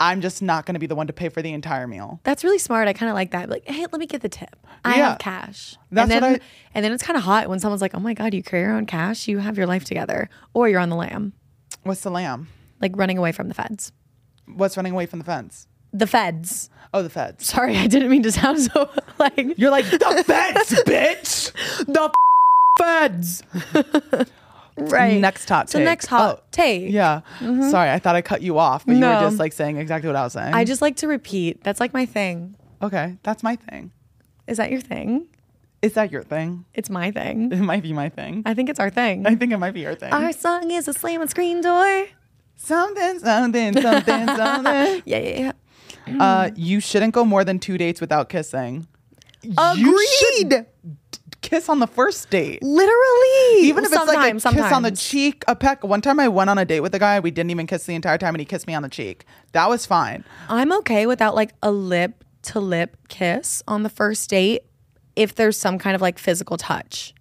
I'm just not going to be the one to pay for the entire meal.
That's really smart. I kind of like that. Like, hey, let me get the tip. I
Yeah.
have cash.
That's
and then,
what I-
And then it's kind of hot when someone's like, "Oh my god, you carry your own cash. You have your life together, or you're on the lam,
What's the lamb?
like running away from the feds."
What's running away from the fence?
The feds.
Oh, the feds.
Sorry, I didn't mean to sound so (laughs) like.
You're like, the (laughs) feds, bitch! The feds!
(laughs) Right.
Next hot
So
take.
next hot
Oh,
take.
Yeah. Sorry, I thought I cut you off, but you
Mm-hmm. No.
were just like saying exactly what I was saying.
I just like to repeat. That's like my thing.
okay, that's my thing.
Is that your thing?
Is that your thing?
It's my
(laughs)
thing.
It might be my thing.
I think it's our thing.
I think it might be your thing.
Our song is a slam on
(laughs)
screen door.
something, something,
(laughs)
something, something.
Yeah, yeah, yeah.
Uh, you shouldn't go more than two dates without kissing. You should d- kiss on the first date.
Literally.
Even if it's like a kiss
Sometimes,
on the
sometimes.
cheek, a peck. One time I went on a date with a guy, we didn't even kiss the entire time, and he kissed me on the cheek. That was fine.
I'm okay without like a lip to lip kiss on the first date if there's some kind of like physical touch.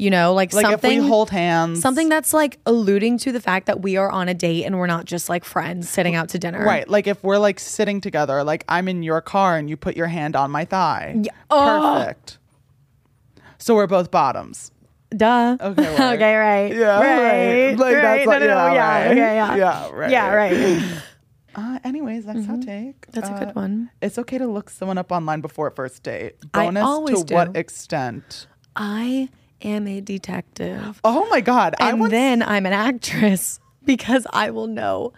You know, like,
Like
something
if we hold hands,
something that's like alluding to the fact that we are on a date and we're not just like friends sitting out to dinner.
right? Like if we're like sitting together, like I'm in your car and you put your hand on my thigh,
Oh.
perfect. So we're both bottoms.
Duh. (laughs)
Okay, right.
okay, right.
Yeah,
Right.
Like
right.
that's
no,
like,
no, no, yeah,
right.
okay,
(laughs)
yeah.
yeah, right,
Yeah, right. Mm-hmm.
Uh, anyways, that's hot take.
That's a
Uh,
good one.
It's okay to look someone up online before a first date.
I
Bonus
always
to what
do.
extent?
I am a detective.
Oh my god! I
And
once,
then I'm an actress (laughs) because I will know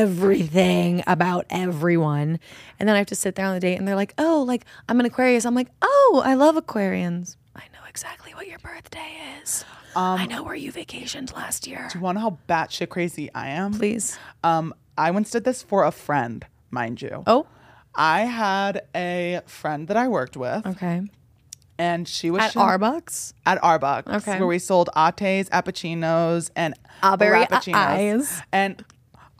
everything about everyone. And then I have to sit there on the date and they're like, oh, like I'm an Aquarius. I'm like, oh, I love Aquarians. I know exactly what your birthday is. I know where you vacationed last year.
(laughs) you want to know how batshit crazy I am?
Please.
Um, I once did this for a friend, mind you.
Oh,
I had a friend that I worked with,
okay.
and she was
At
showing-
Arbucks?
at Arbucks,
Okay.
where we sold attes, appuccinos, and
Strawberry
rappuccinos.
eyes.
and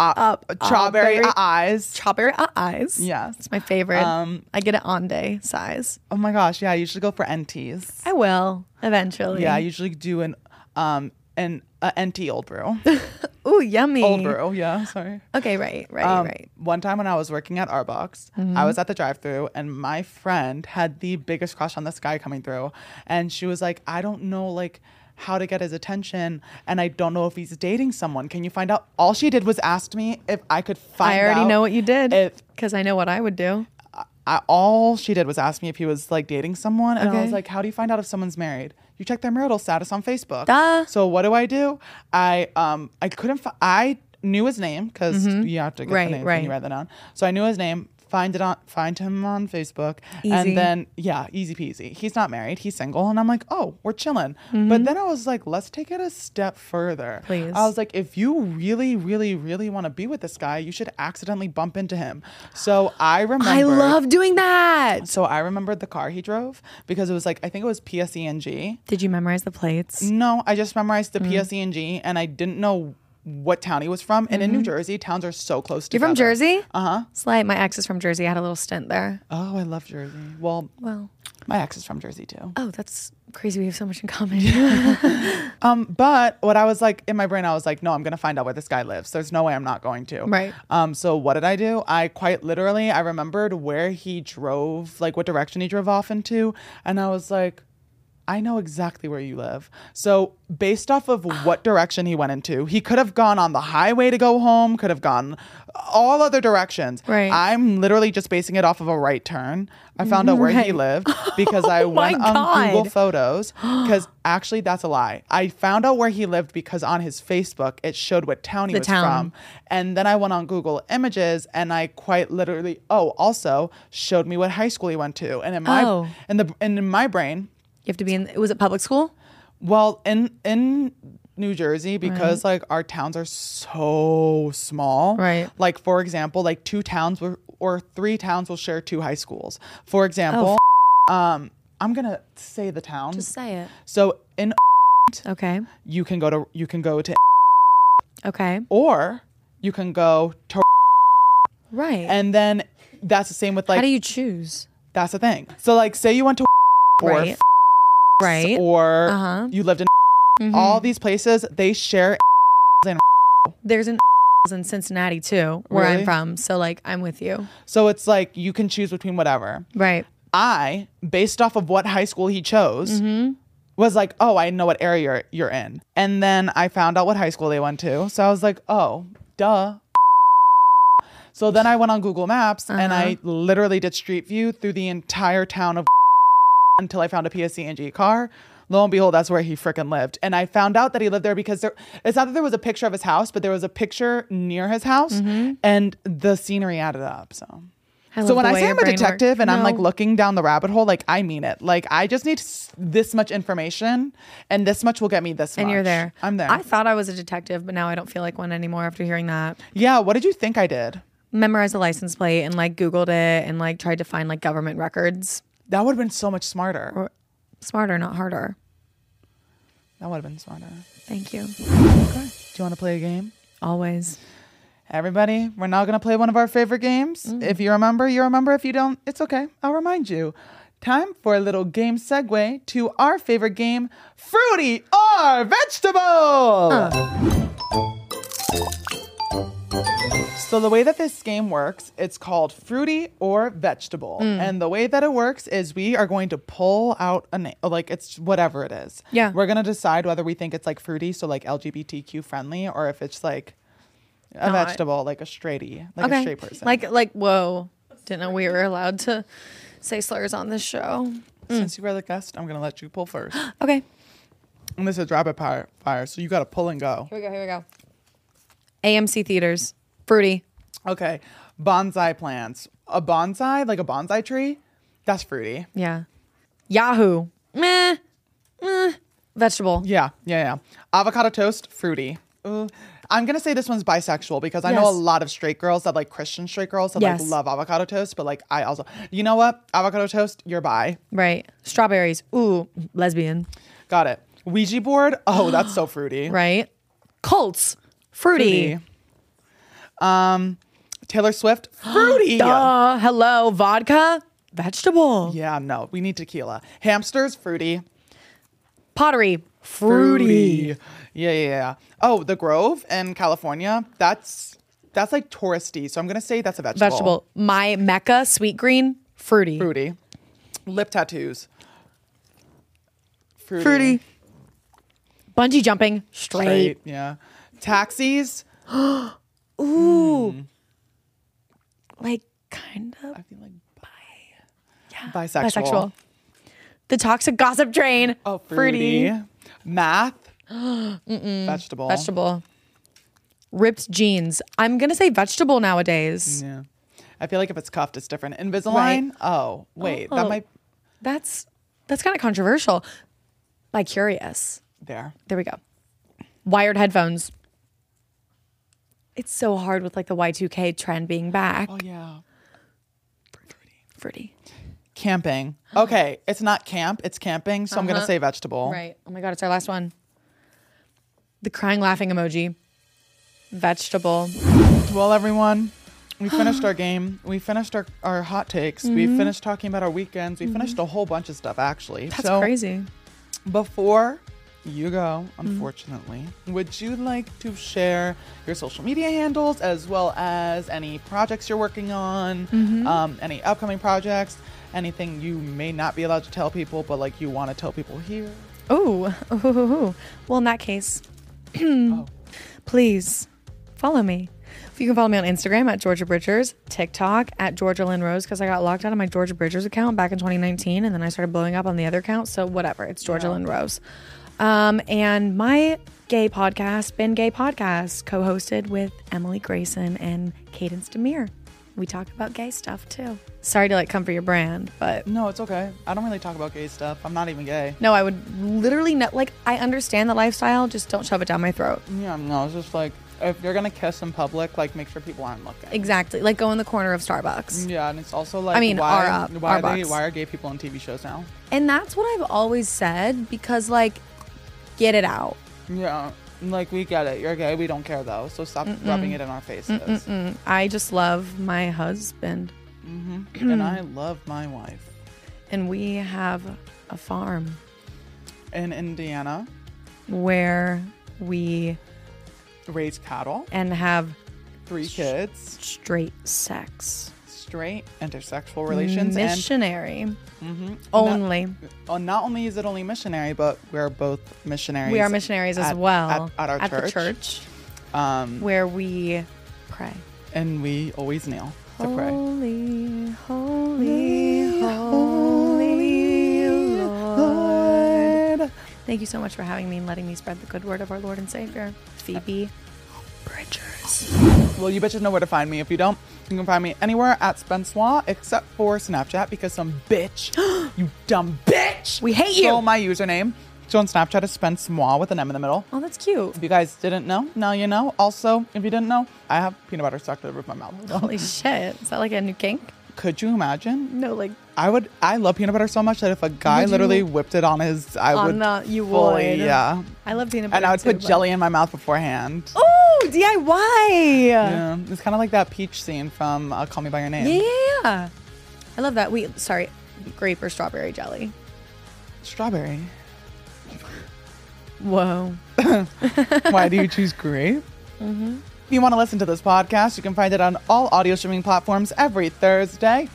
uh, strawberry
strawberry-
eyes.
Strawberry eyes.
Yes.
It's my favorite.
Um,
I get it on day size.
Oh my gosh! Yeah, I usually go for NTs.
I will eventually.
Yeah, I usually do an um an a NT old
(laughs)
brew.
Ooh,
(laughs)
yummy.
old brew, yeah, sorry.
Okay, right, right,
Um,
right. Mm-hmm.
One time when I was working at Arbox, I was at the drive thru and my friend had the biggest crush on this guy coming through and she was like, I don't know like how to get his attention and I don't know if he's dating someone. Can you find out? All she did was ask me if I could find
I already
out
know what you did
If
because I know what I would do.
I, all she did was ask me if he was like dating someone, and I was
Okay.
like, "How do you find out if someone's married? You check their marital status on Facebook."
Duh.
So what do I do? I um I couldn't. Fi- I knew his name because you have to get
Mm-hmm. Right,
the name when
right.
you write that down. So I knew his name. Find it on find him on Facebook,
Easy.
and then yeah, easy peasy. He's not married. He's single, and I'm like, oh, we're chilling. But then I was like, let's take it a step further.
Mm-hmm. Please.
I was like, if you really, really, really want to be with this guy, you should accidentally bump into him. So I remember.
I love doing that.
So I remembered the car he drove because it was like I think it was PSENG.
Did you memorize the plates?
No, I just memorized the
Mm-hmm.
PSENG and I didn't know what town he was from. And in New Jersey, towns are so close to
Mm-hmm. You're from Jersey?
Uh huh.
Slight. My ex is from Jersey. I had a little stint there.
Oh, I love Jersey. Well,
Well,
my ex is from Jersey too.
oh, that's crazy. We have so much in
(laughs)
common.
Um, but what I was like in my brain, I was like, no, I'm gonna find out where this guy lives. There's no way I'm not going to.
Right.
Um, so what did I do? I quite literally I remembered where he drove, like what direction he drove off into, and I was like, I know exactly where you live. So based off of
(gasps)
what direction he went into, he could have gone on the highway to go home, could have gone all other directions.
Right.
I'm literally just basing it off of a right turn. I found out where he
Right. (laughs) Oh
lived because I
my
went on Google
God. (gasps)
photos because actually that's a lie. I found out where he lived because on his Facebook it showed what town he
The
was
town.
from. And then I went on Google Images and I quite literally oh also showed me what high school he went to. And in my
Oh.
in the and in my brain,
you have to be in, was it public school?
well in in New Jersey because like our towns are so small.
Right.
Like for example, like two towns will, or three towns will share two high schools.
Oh,
For example, um, I'm gonna say the town.
Just say it.
so in
Okay.
you can go to you can go to
Okay.
or you can go to
Right.
and then that's the same with
How
like
do you choose?
that's the thing. So like say you went to or
right. Right.
or
Uh-huh.
you lived in
Mhm.
all these places they share
There's an (laughs) in Cincinnati too, where
Really?
I'm from. So like I'm with you.
so it's like you can choose between whatever
Right.
i based off of what high school he chose was like oh i know what area you're, you're in and then i found out what high school they went to so i was like oh duh so then i went on google maps and i literally did street view through the entire town of until I found a PSC Angie car. Lo and behold, that's where he frickin' lived. And I found out that he lived there because there, it's not that there was a picture of his house, but there was a picture near his house and the scenery added up. So.
I
so
love
when
the
I
way
say
your
I'm a
brain
detective
works.
and I'm like
No.
looking down the rabbit hole, like I mean it. Like I just need s- this much information, and this much will get me this.
And you're
much.
there.
I'm there.
I thought I was a detective, but now I don't feel like one anymore after hearing that.
yeah. What did you think I did?
Memorized the license plate and like Googled it and like tried to find like government records.
That would have been so much smarter.
Or smarter, not harder.
That would have been smarter.
Thank you.
Okay. Do you want to play a game?
Always.
Everybody, we're now going to play one of our favorite games. If you remember, you remember. If you don't, it's okay. I'll remind you. Time for a little game segue to our favorite game, Fruity or Vegetable. So, the way that this game works, it's called Fruity or Vegetable. And the way that it works is we are going to pull out a name, like it's whatever it is.
Yeah.
We're going to decide whether we think it's like fruity, so like LGBTQ friendly, or if it's like a
Not.
vegetable, like a straighty, like a straight person.
Like like whoa. Didn't know we were allowed to say slurs on this show.
since you were the guest, I'm gonna let you pull (gasps) first.
Okay.
and this is rapid fire, fire, so you gotta pull and go.
Here we go. Here we go. AMC theaters. Fruity.
Okay, bonsai plants. A bonsai, like a bonsai tree, that's fruity.
Yeah. Yahoo. Meh. Meh. Vegetable.
Yeah, yeah, yeah. Avocado toast, fruity. Ooh. I'm gonna say this one's bisexual because I know a
Yes.
lot of straight girls that like Christian straight girls that
Yes.
like love avocado toast, but like I also, you know what? Avocado toast, you're bi.
Right. Strawberries. Ooh. Lesbian.
Got it. Ouija board. Oh, that's so fruity.
Right. Colts. Fruity.
Fruity. Um, Taylor
(gasps)
Swift, fruity.
Uh, hello. Vodka. Vegetable.
Yeah, no, we need tequila. Hamsters, fruity.
Pottery. Fruity.
Yeah, yeah, yeah. Oh, the Grove in California. That's that's like touristy. So I'm gonna say that's a vegetable.
Vegetable. My Mecca. Sweet green. Fruity.
Fruity. Lip tattoos. Fruity.
Bungee jumping. Straight.
Right. Yeah. Taxis.
Ooh. Like kind of
I feel like bi-
yeah.
bisexual.
bisexual. The toxic gossip train.
Oh, fruity. Math.
(gasps)
Vegetable.
Vegetable. Ripped jeans. I'm gonna say vegetable nowadays.
Yeah. I feel like if it's cuffed, it's different. Invisalign.
Right.
Oh, wait,
Oh.
that might
That's that's kind of controversial. By curious.
there.
There we go. Wired headphones. It's so hard with like the Y2K trend being back.
Oh yeah.
Fruity. (gasps)
Camping.
Uh-huh.
Okay, it's not camp, it's camping, so I'm gonna say vegetable.
Right. Oh my god, it's our last one. The crying laughing emoji. Vegetable.
Well, everyone,
(gasps)
we finished our game. We finished our, our hot takes.
Mm-hmm.
We finished talking about our weekends. We finished a whole bunch of stuff actually.
That's
so
crazy.
before you go, unfortunately, would you like to share your social media handles as well as any projects you're working on, um, any upcoming projects, anything you may not be allowed to tell people, but like you want to tell people here?
Oh, well, in that case, (clears throat) please follow me. You can follow me on Instagram at Georgia Bridgers, TikTok at Georgia Lynn Rose, because I got locked out of my Georgia Bridgers account back in 2019, and then I started blowing up on the other account. So whatever, it's Georgia Lynn Rose. Um, and my gay podcast, Ben Gay Podcast, co-hosted with Emily Grayson and Cadence Demir. We talk about gay stuff too. Sorry to like come for your brand, but
No, it's okay. I don't really talk about gay stuff. I'm not even gay.
no, I would literally not like I understand the lifestyle, just don't shove it down my throat.
Yeah, no, it's just like if you're gonna kiss in public, like make sure people aren't looking.
Exactly. Like go in the corner of Starbucks.
Yeah, and it's also like
I mean,
why
our, uh,
why
our
are they,
box.
why are gay people on TV shows now?
And that's what I've always said because like get it out.
Yeah, like we get it. You're gay. We don't care though. So stop rubbing it in our faces.
Mm, I just love my husband
And I love my wife.
and we have a farm
In Indiana,
where we
raise cattle,
and have
three kids,
straight sex.
straight, intersexual relations,
missionary
and mhm.
only.
Not, uh, not only is it only missionary, but we're both missionaries.
we are missionaries as
at-
well
at, at our church.
the church
Um,
where we pray.
and we always kneel to pray.
Holy, holy, holy Lord. Thank you so much for having me and letting me spread the good word of our Lord and Savior, Phoebe Bridgers.
Well, you bitches know where to find me. If you don't, you can find me anywhere at Spensois except for Snapchat because some
(gasps)
bitch, you dumb bitch,
We hate you.
stole my username. So on Snapchat is Spensois with an M in the middle.
Oh, that's cute.
If you guys didn't know, now you know. Also, if you didn't know, I have peanut butter stuck to the roof of my mouth.
Holy shit. Is that like a new kink?
Could you imagine?
No, like
I would. I love peanut butter so much that if a guy
Would you-
literally whipped it on his, I
on
would.
the you
fully,
would.
Yeah.
I love peanut butter.
And I would
too,
put
but-
jelly in my mouth beforehand.
Oh, DIY.
Yeah, it's kind of like that peach scene from uh, Call Me by Your Name.
Yeah, yeah, yeah. I love that. We sorry, grape or strawberry jelly.
Strawberry.
Whoa.
Why do you choose grape? If you want to listen to this podcast, you can find it on all audio streaming platforms every Thursday.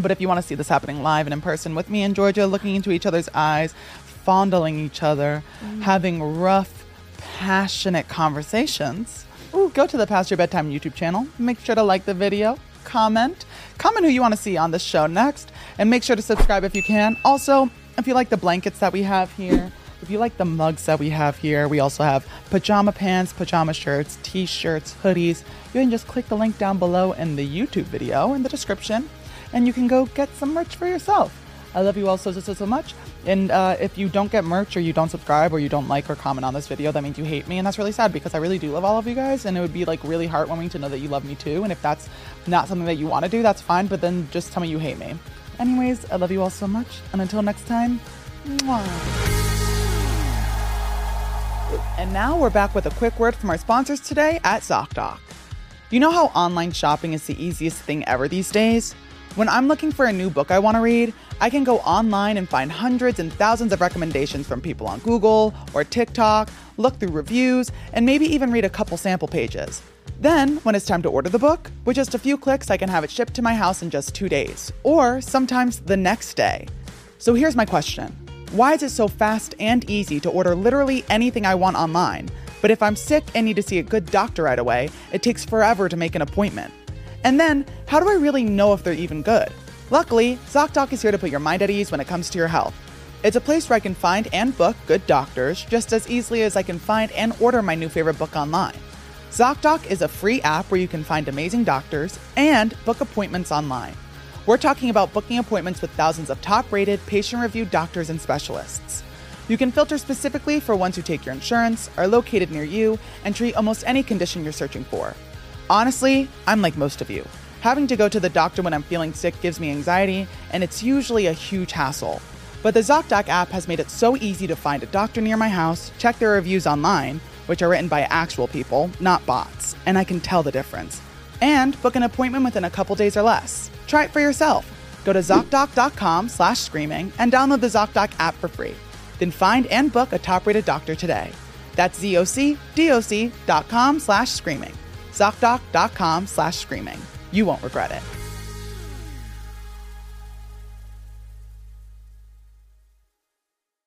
But if you want to see this happening live and in person with me and Georgia, looking into each other's eyes, fondling each other, having rough, passionate conversations, go to the Past Your Bedtime YouTube channel. Make sure to like the video, comment, comment who you want to see on this show next, and make sure to subscribe if you can. Also, if you like the blankets that we have here, if you like the mugs that we have here, we also have pajama pants, pajama shirts, t shirts, hoodies. You can just click the link down below in the YouTube video in the description and you can go get some merch for yourself. I love you all so, so, so, so much. And uh, if you don't get merch or you don't subscribe or you don't like or comment on this video, that means you hate me. And that's really sad because I really do love all of you guys. And it would be like really heartwarming to know that you love me too. And if that's not something that you want to do, that's fine. But then just tell me you hate me. Anyways, I love you all so much. And until next time, mwah. And now we're back with a quick word from our sponsors today at ZocDoc. You know how online shopping is the easiest thing ever these days? When I'm looking for a new book I want to read, I can go online and find hundreds and thousands of recommendations from people on Google or TikTok, look through reviews, and maybe even read a couple sample pages. Then, when it's time to order the book, with just a few clicks, I can have it shipped to my house in just two days, or sometimes the next day. So here's my question Why is it so fast and easy to order literally anything I want online? But if I'm sick and need to see a good doctor right away, it takes forever to make an appointment. And then, how do I really know if they're even good? Luckily, ZocDoc is here to put your mind at ease when it comes to your health. It's a place where I can find and book good doctors just as easily as I can find and order my new favorite book online. ZocDoc is a free app where you can find amazing doctors and book appointments online. We're talking about booking appointments with thousands of top rated, patient reviewed doctors and specialists. You can filter specifically for ones who take your insurance, are located near you, and treat almost any condition you're searching for. Honestly, I'm like most of you. Having to go to the doctor when I'm feeling sick gives me anxiety, and it's usually a huge hassle. But the ZocDoc app has made it so easy to find a doctor near my house, check their reviews online, which are written by actual people, not bots, and I can tell the difference and book an appointment within a couple days or less. Try it for yourself. Go to ZocDoc.com slash screaming and download the ZocDoc app for free. Then find and book a top-rated doctor today. That's ZocDoc.com slash screaming. ZocDoc.com slash screaming. You won't regret it.